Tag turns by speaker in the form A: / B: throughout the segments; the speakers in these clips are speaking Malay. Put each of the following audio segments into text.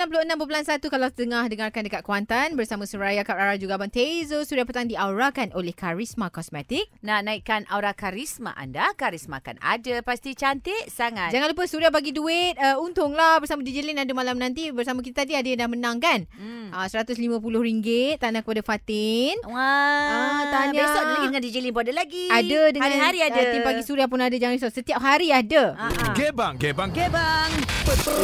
A: 96.1 kalau tengah dengarkan dekat Kuantan bersama Suraya Kak Rara juga Abang Tezo Surya Petang diaurakan oleh Karisma Kosmetik.
B: Nak naikkan aura karisma anda, karisma kan ada. Pasti cantik sangat.
A: Jangan lupa Surya bagi duit uh, untunglah bersama DJ Lin ada malam nanti bersama kita tadi ada yang dah menang kan?
B: Hmm.
A: Uh, RM150 tanah kepada Fatin. Ah,
B: Wah,
A: tahniah.
B: Besok ada lagi dengan DJ Limbo ada lagi.
A: Ada dengan
B: hari-hari ada.
A: Uh, tim pagi Surya pun ada jangan risau. Setiap hari ada.
B: Ah, ah.
C: Gebang, gebang,
B: Okay, bang.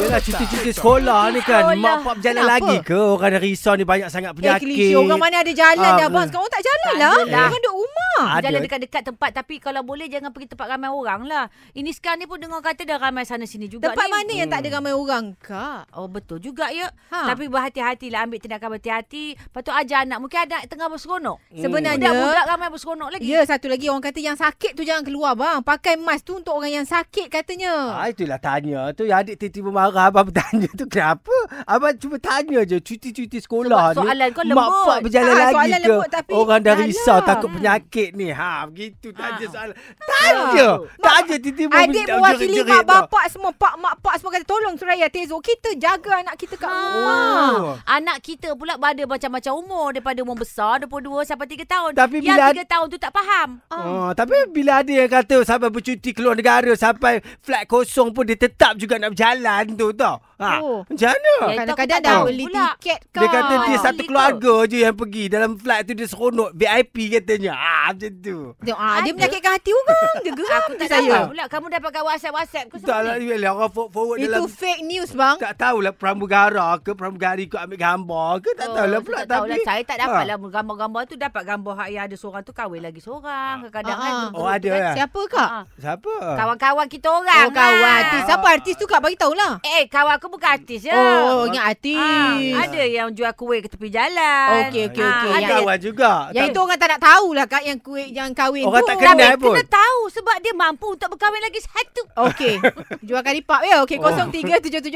D: Yelah cerita-cerita sekolah ni kan
B: Sekolah.
D: Mak pak berjalan
A: Kenapa?
D: lagi ke Orang dari risau ni banyak sangat
A: Eh,
D: penyakit
A: klise orang mana ada jalan
D: Ah,
A: dah bang.
D: eh.
A: Sekarang orang tak jalan
B: Tak
A: lah.
B: jalan.
A: Orang duduk rumah.
D: Ada.
B: Jalan dekat-dekat tempat Tapi kalau boleh Jangan pergi tempat ramai orang lah Ini sekarang ni pun Dengar kata dah ramai sana sini juga
A: Tempat
B: ni.
A: mana yang tak ada
D: Hmm.
A: ramai orang kak?
B: Oh betul juga ya
A: Ha.
B: ha. Tapi berhati-hatilah Ambil tindakan berhati-hati Lepas tu ajar anak Mungkin anak tengah berseronok
A: Sebenarnya
B: Budak-budak ramai berseronok lagi
A: Ya satu lagi orang kata yang sakit tu jangan keluar bang. Pakai mask tu untuk orang yang sakit katanya.
D: Ah, itulah tanya tu yang adik tiba-tiba marah abang bertanya tu kenapa abang cuma tanya je cuti-cuti sekolah
B: Sebab soalan
D: ni
B: kau
D: mak
B: lembut.
D: pak berjalan
A: Ah,
D: lagi
A: soalan
D: ke
A: lembut tapi
D: orang dah
A: salah.
D: risau takut
B: Hmm.
D: penyakit ni ha begitu tanya
B: Ah.
D: soalan tanya tanya tiba-tiba
A: Adik
D: menjerit-
A: mewakili
D: jerit
A: mak
D: tau.
A: bapak semua, pak mak pak semua kata tolong Suraya Tezo kita jaga anak kita
B: Ha.
A: kat rumah.
D: Oh.
B: Anak kita pula ada macam-macam umur Daripada umur besar 22 sampai 3 tahun
D: Tapi
B: Yang
D: bila-
B: 3 tahun tu tak faham
A: Ah.
D: Oh, tapi bila ada yang kata sampai bercuti keluar negara sampai flat kosong pun dia tetap juga nak berjalan tu tau. Ha.
A: Oh.
D: Oh. Macam mana?
B: Ya,
A: Kadang-kadang
B: Itu aku
A: dah
B: tak
A: beli
B: tahu pula.
A: tiket kan. kak.
D: Dia kata dia
B: Ah,
D: satu
B: beli tu.
D: keluarga je yang pergi dalam flight tu dia seronok VIP katanya. Ah macam tu.
A: Dia, ah, dia
B: Ada.
A: menyakitkan hati orang. Dia geram
B: Aku tak
A: tu saya.
B: tahu pula Kamu dapatkan WhatsApp-WhatsApp ke
D: Tak lah
B: semua ni?
D: ni lah orang forward, forward
A: Itu
D: dalam
A: fake news bang.
D: tak tahulah pramugara ke pramugari ke ambil gambar ke tak
B: Oh,
D: tahulah
B: tu
D: pula
B: tak tahulah.
D: tapi Ah, Ha.
B: Saya tak dapat lah gambar-gambar tu Dapat gambar hak yang ada seorang tu Kahwin lagi seorang Kadang-kadang
A: Ah,
B: kan
A: ah.
B: grup-grup
D: Oh,
B: tu
D: ada,
B: kan.
D: eh?
A: Siapa kak?
B: Ah, ah.
D: Siapa?
B: Kawan-kawan kita orang
A: Oh kawan
B: lah.
A: artis. Siapa artis tu kak? Bagi tahulah.
B: Eh kawan aku bukan artis je
A: Oh, ingat artis.
B: Ya. Ah, ada yang jual kuih ke tepi jalan.
A: Okey, okey, okey.
B: Ah, ada
A: Yang-
B: yang-
D: kawan juga.
A: Yang itu orang tak nak tahulah kak yang kuih yang kahwin
D: Orang
A: tu.
D: tak
B: Tapi
D: kenal pun.
B: kena tahu sebab dia mampu untuk berkahwin lagi satu.
A: Okey, jual kari pap ya. Okey,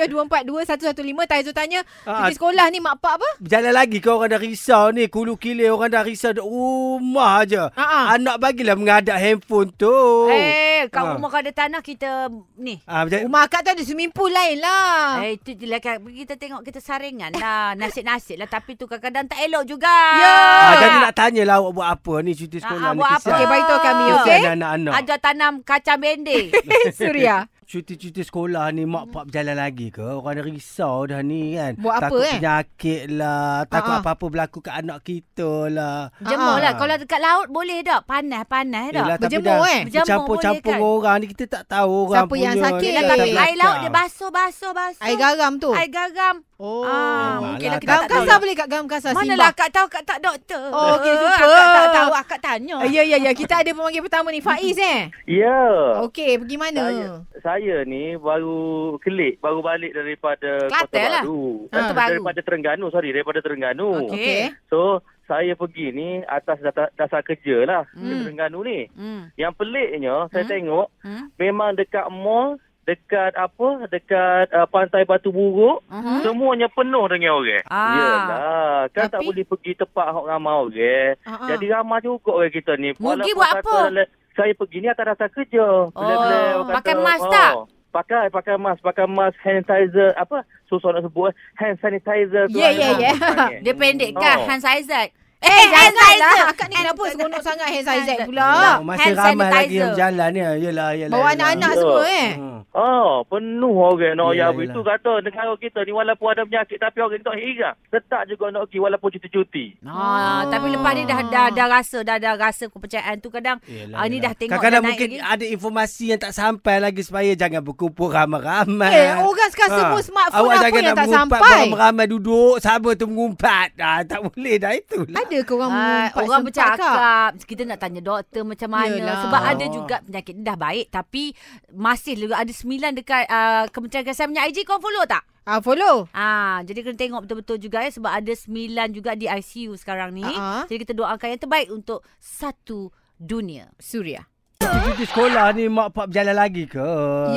A: 0377242115 Taizo tanya,
D: Ah,
A: pergi sekolah ni mak pak apa?
D: Berjalan lagi kau orang dah risau ni Kulu kilir orang dah risau Duduk rumah aja.
A: Ha-ha.
D: Anak bagilah mengadap handphone tu
B: Ah, Eh, kat
D: Ah.
B: rumah kau ada tanah kita ni.
D: Ah, macam,
A: Rumah akak tu ada swimming pool lain lah.
B: Eh, itu je lah kan. kita tengok kita saringan lah. Nasib-nasib lah. Tapi tu kadang-kadang tak elok juga.
A: Ya.
D: ah, jadi nak tanya lah awak buat apa ni cuti sekolah
B: Ah, ah,
D: ni
B: buat apa?
D: kisah.
A: Okey, bagi tahu kami,
D: Kisah
A: okey?
D: anak-anak.
B: Ajar tanam kacang bending.
D: Ah.
A: Eh, Suria.
D: Cuti-cuti sekolah ni mak pak berjalan lagi ke? Orang dah risau dah ni kan.
A: Hmm. Buat apa,
D: takut
A: eh?
D: penyakit lah. Takut
A: Ha-ha.
D: apa-apa berlaku kat anak kita lah.
A: Ah.
B: Jemur lah. Kalau dekat laut boleh tak? Panas-panas tak?
D: Yelah, tapi
A: Berjemur,
D: dah
A: eh?
B: Berjemur
D: Bercampur-campur
B: boleh, kan?
D: orang ni kita tak tahu orang
A: Siapa yang
D: punya
A: sakit,
D: latar
B: Tapi air
D: belakang.
B: laut dia basuh, basuh, basuh.
A: Air garam tu.
B: Air garam.
A: Oh.
B: Ah,
D: memang
B: mungkin
D: lah.
B: lah kita
A: Garam
B: tak tahu.
A: kasar boleh kak? Garam kasar
B: Mana
A: simbang.
B: lah akak tahu akak tak doktor.
A: Oh, okey, super.
B: Akak tak tahu, akak tanya.
A: Ah, Ya, ya, ya. Kita ada pemanggil pertama ni. Faiz eh?
E: Ya.
A: Okey, pergi mana?
E: Saya, saya ni baru kelik, baru balik daripada
B: Kelantan
E: Kota
B: lah.
E: Baru.
A: Kota
E: Dari-
B: Baru.
E: Daripada Terengganu, sorry, daripada Terengganu.
B: Okey.
A: Okey.
E: So, saya pergi ni atas dasar, dasar kerja lah hmm.
B: Hmm.
E: Terengganu ni.
B: Hmm.
E: Yang peliknya, saya
B: Hmm.
E: tengok
B: Hmm.
E: memang dekat mall, dekat apa, dekat uh, pantai Batu Buruk,
B: Mhm.
E: semuanya penuh dengan orang.
B: Ah.
E: Yalah, kan tak
A: Tapi-
E: boleh pergi tempat hok ramai orang.
A: Ah, ah.
E: Jadi ramai juga orang kita ni.
B: Mugi
E: Walaupun
B: buat
E: kata
B: apa? Oh,
E: le- Saya pergi ni atas dasar kerja. Bila-bila orang "Oh,
B: pakai mask tak?
E: Pakai, pakai mask. Pakai mask, hand sanitizer. Apa? Susah nak sebut. eh. Hand sanitizer. tu
A: Ya,
E: ada
A: ya,
E: orang
A: ya.
E: pakai.
B: Dia pendek kan?
E: Oh.
B: Hans Isaac.
A: Eh, hand sanitizer.
B: sanitizer.
A: Akak ni kenapa seronok sangat hand sanitizer
D: Ah,
A: pula?
D: masih
B: hand
D: ramai lagi
B: sanitizer.
D: yang berjalan ni. Ha, Yelah, yelah.
A: Ha. Bawa
D: yelah.
A: anak-anak
E: Ya.
A: semua eh.
D: Hmm.
E: Oh, penuh orang nak
D: Yelah,
E: ya,
D: yelah.
E: itu kata negara kita ni walaupun ada penyakit tapi orang tak hirang. Tetap juga nak pergi walaupun cuti-cuti.
B: Ah, tapi lepas ni dah dah dah rasa dah dah rasa kepercayaan tu kadang
D: Yelah,
B: ah, ni dah tengok dah
D: Kadang-kadang
B: naik
D: mungkin
B: lagi.
D: ada informasi yang tak sampai lagi supaya jangan berkumpul ramai-ramai.
A: Eh, orang sekarang semua smartphone
D: Ah. Ha. Awak
A: apa
D: jangan
A: yang
D: nak
A: tak
D: mengumpat
A: sampai?
D: Ramai-ramai duduk, sama tu mengumpat. Ah, tak boleh dah itulah.
A: Ada ke orang
B: Ah,
A: mengumpat
B: orang
A: sempat, Kak?
B: bercakap kita nak tanya doktor macam mana
A: Yelah.
B: Yelah. sebab ada
D: Oh.
B: juga penyakit ni dah baik tapi masih juga ada sembilan dekat uh, Kementerian Kesihatan punya IG kau follow tak?
A: Ah, follow.
B: Ah, jadi kena tengok betul-betul juga ya sebab ada sembilan juga di ICU sekarang ni.
A: Ah, ah.
B: Jadi kita doakan yang terbaik untuk satu dunia.
A: Suria.
D: cuti sekolah ni mak pak berjalan lagi ke?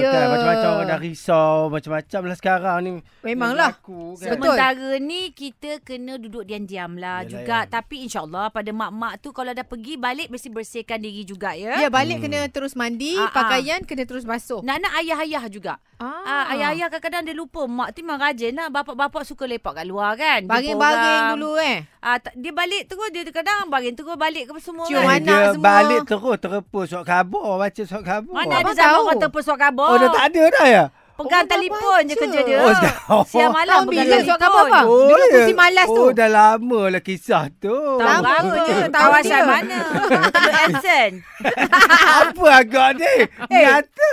A: Ya.
D: Kan, macam-macam orang dah risau, macam-macam lah sekarang ni.
A: Memanglah.
D: Berlaku, kan?
A: Betul.
B: Sementara ni kita kena duduk diam-diam lah
D: Yalah,
B: juga.
D: yalah.
B: Tapi insyaAllah pada mak-mak tu kalau dah pergi balik mesti bersihkan diri juga ya.
A: Ya, balik kena terus mandi,
B: Ah, ah.
A: pakaian kena terus basuh.
B: Nak-nak ayah-ayah juga.
A: Ah.
B: Ah. ayah-ayah kadang-kadang dia lupa. Mak tu memang rajin lah. Bapak-bapak suka lepak kat luar kan. Jumpa
A: Baring-baring
B: orang.
A: dulu eh.
B: Ah, ta- dia balik terus dia kadang baring terus balik ke semua
A: Cium
B: kan.
A: anak
D: dia
A: semua.
D: balik terus terus surat khabar, baca surat khabar.
B: Mana ada
A: Abang
B: zaman
A: tahu.
B: orang terpus surat khabar.
D: Oh, dah tak ada dah ya?
B: Pegang
A: Orang Oh, dah
B: telefon je
A: baca.
B: kerja dia.
D: Oh, sekarang.
B: Siang malam
A: Tahun
B: pegang
A: bila surat khabar,
B: telefon.
A: Abang? Dulu kursi Ah, malas tu.
D: Oh, dah lama lah kisah tu.
B: Tahu
A: Tahun
B: berapa
A: berapa?
B: je?
A: Tahun
B: Kawasan
A: tiga.
B: mana? Anson.
D: apa agak ni?
A: Eh.
D: Nyata.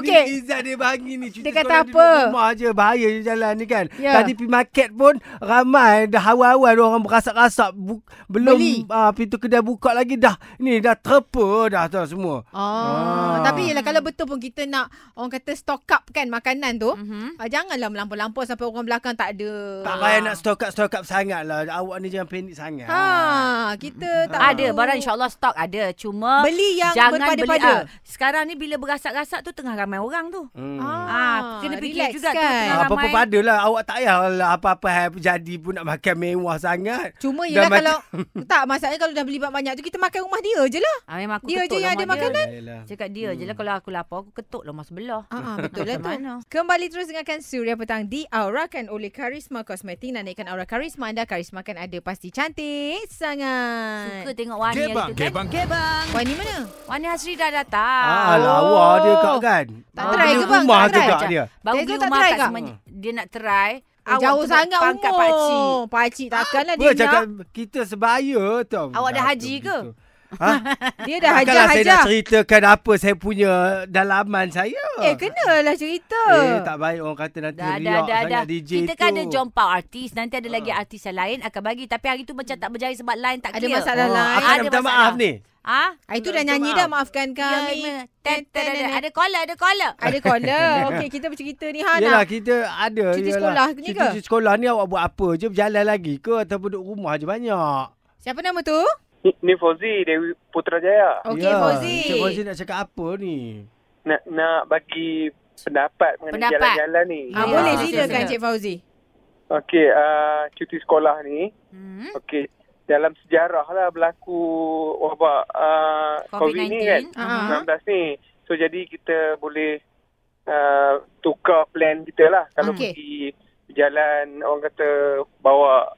A: Okey.
D: Ni Izzat dia bagi ni. Cuti
A: Dia kata
D: sekolah duduk
A: apa?
D: rumah je. Bahaya je jalan ni kan.
A: Ya.
D: Tadi pergi market pun ramai. Dah awal-awal orang berasak-rasak. Bu- belum
A: Beli.
D: Uh, pintu kedai buka lagi dah. Ni dah terpa dah tu semua.
A: Oh, tapi ialah kalau betul pun kita nak orang kata stock up kan makanan tu.
B: Mhm.
A: Mm-hmm. janganlah melampau-lampau sampai orang belakang tak ada.
D: Tak payah nak stock up-stock up sangat lah. Awak ni jangan panik sangat.
A: Ha, kita tak
B: Ada
A: tahu.
B: barang insyaAllah stok ada. Cuma
A: Beli yang
B: jangan beli.
A: berpada-pada.
B: Ah, sekarang ni bila berasak-rasak tu tengah ramai orang tu.
D: Hmm.
B: Ah, kena fikir
A: relax
B: juga tu, tengah-
A: kan.
D: Apa-apa
B: ramai.
D: padalah Awak tak payahlah Apa-apa hal jadi pun Nak makan mewah sangat
A: Cuma ialah
D: Dah macam-
A: kalau tak masalahnya kalau dah beli banyak tu kita makan rumah dia je lah.
B: Ah, memang aku
A: Dia
B: ketuk
A: je yang
B: rumah
A: ada
B: dia.
A: makanan.
D: Yalah.
B: Cakap dia hmm. je lah kalau aku lapar aku ketuk lah mas sebelah.
A: Ah, ah, betul lah tu.
B: Macam mana?
A: Kembali terus dengarkan Suria Petang diaurakan oleh Karisma Kosmetik. Nak naikkan aura karisma anda, karisma kan ada pasti cantik sangat.
B: Suka tengok Wani
C: Gebang,
B: hari tu
C: gebang.
B: kan. Gebang.
A: Wah, ni mana?
B: Wani Hasri dah datang.
D: Ah,
A: Oh.
D: lawa dia kak kan.
A: Tak
D: Ah,
A: try
D: beli
A: ke bang?
D: Rumah
A: Tak
D: ke
A: try?
D: kak
B: Sekejap.
D: dia?
B: Baru
A: Tezo
B: beli
A: tak
B: rumah
A: try
B: kat
A: kak?
B: semuanya. Dia nak try.
A: Eh, jauh sangat
B: pangkat
A: umur.
B: pakcik.
A: Pakcik takkanlah
D: Apa
A: lah dia
D: cakap
A: nak.
D: kita sebaya tau.
B: Awak dah
D: Dah
B: haji
D: tu
B: ke?
D: begitu. Ha?
A: Dia dah
D: Kalau lah, saya nak
A: hajar-hajar.
D: ceritakan apa saya punya dalaman saya.
A: Eh, kenalah cerita.
D: Eh, tak baik orang kata nanti
B: Dah,
D: riak
B: dah, dah,
D: sangat
B: dah.
D: DJ
B: Kita
D: tu. Ah.
B: kan ada jompa artis. Nanti ada lagi artis yang lain akan bagi. Tapi hari tu macam tak berjaya sebab line tak
A: Ada
B: clear.
A: masalah
D: Ah,
A: lain.
D: Aku nak
B: Ada
D: minta
B: masalah.
D: maaf ni.
B: Ah,
A: Ah, Itu dah
D: Minta
A: nyanyi
D: maaf.
A: dah maafkan
D: Ya,
B: yang
A: kami.
B: lima. Ten, ten, ada, ada caller, ada caller.
A: Ada caller. Okey, kita bercerita ni ha
D: Yelah
A: nak.
D: kita ada
A: Cuti
D: yelah.
A: sekolah ni
D: Cuti-
A: ke?
D: Cuti sekolah ni awak buat apa je Berjalan lagi ke Ataupun duduk rumah je banyak
A: Siapa nama tu?
E: Ni Fauzi Dewi Putrajaya.
A: Okey,
D: Ya,
A: Fauzi.
D: Encik Fauzi nak cakap apa ni
E: Nak nak bagi pendapat mengenai
B: Pendapat.
E: jalan-jalan ni.
A: Ah,
B: Ya,
A: boleh
B: sila,
A: silakan
B: sila.
A: Cik Fauzi.
E: Okey, uh, cuti sekolah ni.
B: Hmm.
E: Okey, dalam sejarah lah berlaku wabak uh, COVID, ni kan.
B: COVID-19.
A: Ah.
B: Ah.
E: 19 ni. So jadi kita boleh uh, tukar plan kita lah. Kalau
A: Okey.
E: okay. pergi jalan orang kata bawa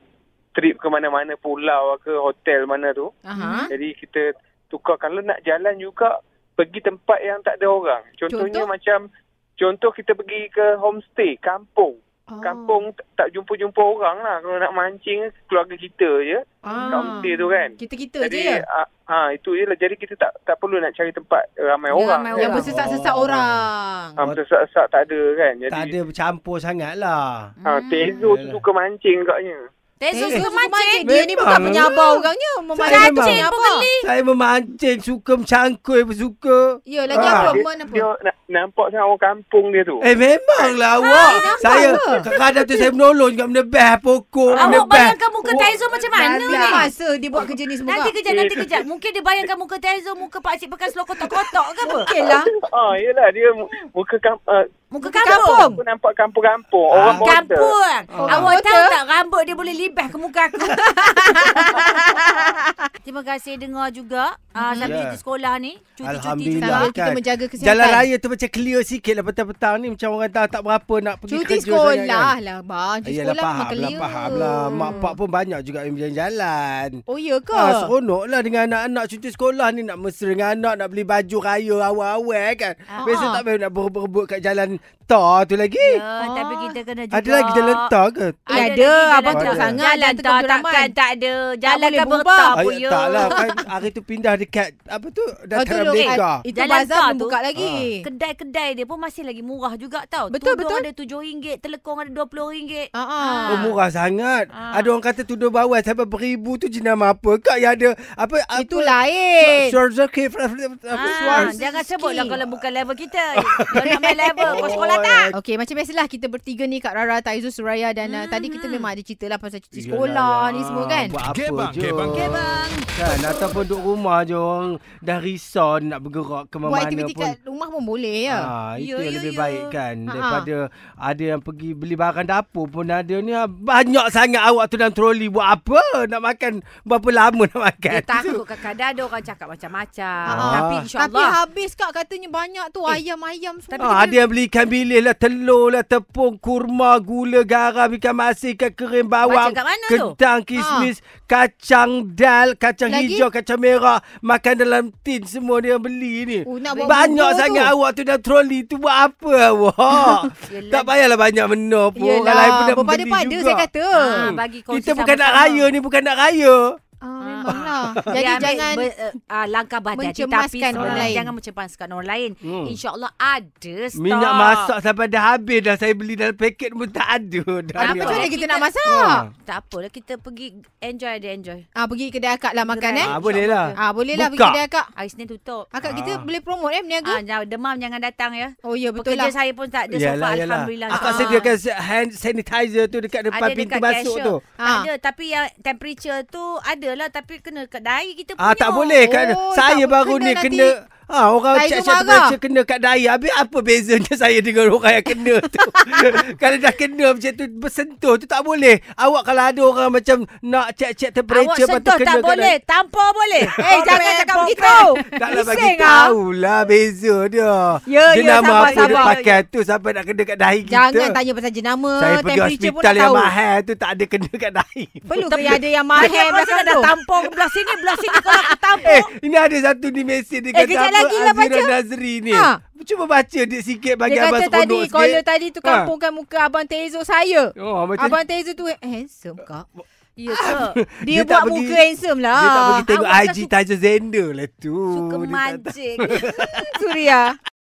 E: trip ke mana-mana pulau ke hotel mana tu.
D: Hmm.
A: Aha.
E: Jadi kita tukar kalau nak jalan juga pergi tempat yang tak ada orang.
A: Contoh?
E: Contohnya contoh? macam contoh kita pergi ke homestay kampung. Oh. Kampung tak- tak jumpa-jumpa orang lah. Kalau nak mancing keluarga kita je
A: Ah.
E: kat homestay tu kan.
A: Kita-kita je
E: Jadi
A: ya.
E: ah, ah itu je lah. Jadi kita tak tak perlu nak cari tempat ramai
B: Ya,
E: orang.
B: ramai
E: kan.
A: Yang
B: orang.
A: bersesak-sesak
D: Oh.
A: orang.
E: Ah, bersesak-sesak tak ada kan. Jadi
D: Tak ada bercampur sangat lah
E: Ah, Tezo tu
D: Yalah.
E: suka mancing katnya.
A: Eh,
B: Tezo suka mancing.
A: Dia ni bukan
D: Eh, Memang.
A: penyabar orangnya. Memancing
D: Saya memang.
A: penyabar.
B: Mancing pembeli.
D: Saya memancing Suka mencangkul Suka
A: Ya, lagi
D: Ah.
A: apa?
E: dia,
A: Mana
E: dia
A: apa?
E: nak, nampak sangat orang kampung dia tu.
D: Eh memanglah awak
A: Ah, nampak
D: Saya
A: ke?
D: kadang-kadang tu saya menolong juga Menebah pokok Oh.
B: Awak
D: menebah.
B: bayangkan muka
A: Oh,
B: Tezo macam mana
A: Nanti
B: ni?
A: masa dia buat kerja ni semua.
B: Nanti
A: Kak.
B: kejap, nanti kejap. Mungkin dia bayangkan muka Tezo, muka pakcik bekas lo kotak-kotak ke apa?
A: Okey lah.
E: Ah, yelah dia mu- muka kam, ah,
B: Muka
A: Muka
B: kampung.
E: aku nampak kampung-kampung.
D: Ah.
E: Orang border.
B: Kampung.
A: Oh.
B: Awak
A: Betul.
B: tahu tak rambut dia boleh libas ke muka aku. Terima kasih dengar juga
A: Mhm.
B: uh, sampai
D: Ya.
B: cuti sekolah ni. Cuti-cuti
D: Alhamdulillah kan.
A: Sambil
B: juga.
A: kita menjaga kesihatan.
D: Jalan raya tu macam clear sikit lah Petang-petang ni Macam orang tak, tak berapa nak pergi
A: Cuti
D: kerja sangat kan.
A: sekolah lah bang. Cuti
D: Yelah
A: sekolah memang
D: faham lah
A: clear.
D: Faham lah Mak pak pun banyak juga yang berjalan-jalan
A: Oh ya ke?
D: Ah, seronok lah dengan anak-anak cuti sekolah ni nak mesra dengan anak nak beli baju raya awal-awal kan.
B: Ah.
D: Besok tak payah nak berebut-berebut kat jalan tar tu lagi.
B: Ya, tapi kita kena juga.
D: Ada lagi jalan tar ke?
A: Eh, ada. Abang
D: tengok
A: sangat.
B: Jalan
A: Nanti
B: tak,
A: keberaman.
B: takkan tak ada. Jalan
A: boleh
B: kan
A: berubah.
B: bertak
D: Ay,
B: pun ya.
D: tak lah kan hari tu pindah dekat apa tu
A: Oh, tu
D: dataran
A: dok-
D: Merdeka.
A: eh, Itu
B: Jalan
A: bazar
B: tar
A: belum
B: tu.
A: buka
D: Ah.
A: lagi.
B: Kedai-kedai dia pun masih lagi murah juga tau.
A: Betul,
B: Tudung
A: betul.
B: ada RM7, telekong ada RM20.
A: Ah, ah.
D: Oh murah sangat. Ada orang kata tudung bawah sampai beribu tu jenama apa? Kak yang ada apa apa
A: Itu lain.
D: Suara
B: Ah,
D: suara
B: jangan
A: Suara
B: sebutlah
A: sikit.
B: kalau bukan level kita. Kalau nak main level, kau sekolah tak?
A: Okey, macam biasalah kita bertiga ni Kak Rara, Taizu, Suraya dan hmm. tadi kita memang ada cerita lah pasal cuti
D: Yalah,
A: sekolah ni
D: yalah.
A: semua kan.
D: ya. Buat apa
C: Gebang,
D: je.
C: gebang.
B: Gebang.
D: Kan, ataupun duduk rumah je orang dah risau nak bergerak ke
A: Buat
D: mana-mana
A: aktiviti
D: pun.
A: kat rumah pun boleh ya.
D: Ah, itu
B: Ya,
D: yang
B: ya,
D: lebih
B: ya.
D: baik kan
A: Ha, ha.
D: daripada ada yang pergi beli barang dapur pun ada ni ah, banyak sangat awak tu dalam troli buat apa nak makan berapa lama nak makan
B: Dia takut kadang-kadang ada orang cakap macam-macam.
A: Ah.
B: Tapi
A: Tapi Eh.
B: insyaAllah.
A: habis kak katanya banyak tu ayam-ayam semua.
D: Ah, ada yang beli ikan bilis lah, telur lah, tepung, kurma, gula, garam, ikan masin, ikan kering, bawang,
B: Macam kat mana tu?
D: kentang, kismis, kacang dal, kacang
A: Ah. Lagi?
D: hijau, kacang merah, makan dalam tin semua dia yang beli ni.
A: Oh, nak buat
D: Banyak
A: bubur
D: sangat
A: tu.
D: awak tu dalam troli tu buat apa awak?
B: Yelah.
D: tak payahlah banyak menu pun. Orang lain pun
A: Yelah,
D: dah beli
A: berpada-pada
D: juga.
A: saya kata.
B: Ah, bagi kongsi
D: Kita bukan nak
B: sama-sama.
D: raya ni, bukan nak raya.
A: Ah, memanglah. Jadi
B: Dia ambil
A: jangan
B: ber, uh, uh, langkah badan tapi
A: mencemaskan
B: sebenarnya
A: orang lain.
B: Jangan mencemaskan orang lain.
D: Hmm.
B: Hmm. InsyaAllah ada stok.
D: Minyak masak sampai dah habis dah. Saya beli dalam paket pun tak ada. dah.
B: Apa
A: Ah, apa
B: Ya.
A: cara kita nak masak?
D: Ah.
B: Tak apalah kita pergi enjoy ada enjoy.
A: Ah pergi kedai akak lah makan eh.
D: Ah, boleh lah.
A: Ah boleh lah pergi
D: Buka.
A: kedai akak.
B: Hari Senin tutup.
A: Akak kita
D: Ah.
A: boleh promote eh berniaga.
B: Ah, jangan- demam jangan datang ya.
A: Oh ya betul
B: Pekerja
A: lah.
B: saya pun tak ada so far alhamdulillah.
D: Akak
B: Ah.
D: sediakan se- hand sanitizer tu dekat
B: ada
D: depan pintu
B: dekat
D: masuk
B: cashier.
D: tu.
B: Tak
A: Ah.
B: ada tapi yang temperature tu ada lah tapi kena kat dahi kita punya.
D: Ah tak boleh kat
A: Oh,
D: saya
A: tak-
D: baru
A: kena
D: ni
A: nanti.
D: kena Ah orang
A: Saya
D: cek
A: tu
D: cek
A: marah.
D: baca kena kat daya. Habis apa bezanya saya dengan orang yang kena tu? kalau dah kena macam tu bersentuh tu tak boleh. Awak kalau ada orang macam nak
B: Awak
D: cek-cek temperature
B: sentuh tak boleh, tampar boleh. Eh jangan cakap begitu.
D: Taklah bagi
B: Bising, ah.
D: tahu lah beza dia.
B: Ya,
D: dia
B: ya,
D: nama
B: sabar,
D: apa dia
B: sabar.
D: pakai tu sampai nak kena kat dahi kita.
A: Jangan tanya pasal jenama,
D: saya pergi
A: temperature pun
D: hospital
A: nak
D: yang
A: tahu.
D: mahal tu tak ada kena kat dahi.
A: Perlu ke yang ada yang mahal
B: Mahir
A: belakang
B: belakang dah
A: tu?
B: tampung kan belah sini, belah sini kau nak tampung.
D: Eh, ini ada satu ni mesej
B: Eh,
D: dia kata
B: kejap
D: apa
B: lagi lah
D: Azira
B: baca.
D: Nazri ni.
A: Ha.
D: Cuba baca dia sikit bagi
A: Dia
D: abang
A: kata tadi,
D: seronok sikit.
A: caller tadi tu
D: Ha.
A: kampungkan muka Abang Tezo saya.
D: Oh, macam
A: Abang Tezo tu handsome kak.
B: Ya ke?
A: Dia,
D: Dia tak
A: buat
D: pergi-
A: muka handsome lah.
D: dia tak pergi tengok
B: Awak kan
D: IG
B: suka-
D: Taja Zender lah tu.
B: Suka
D: Dia tak
B: mancing.
A: Suria.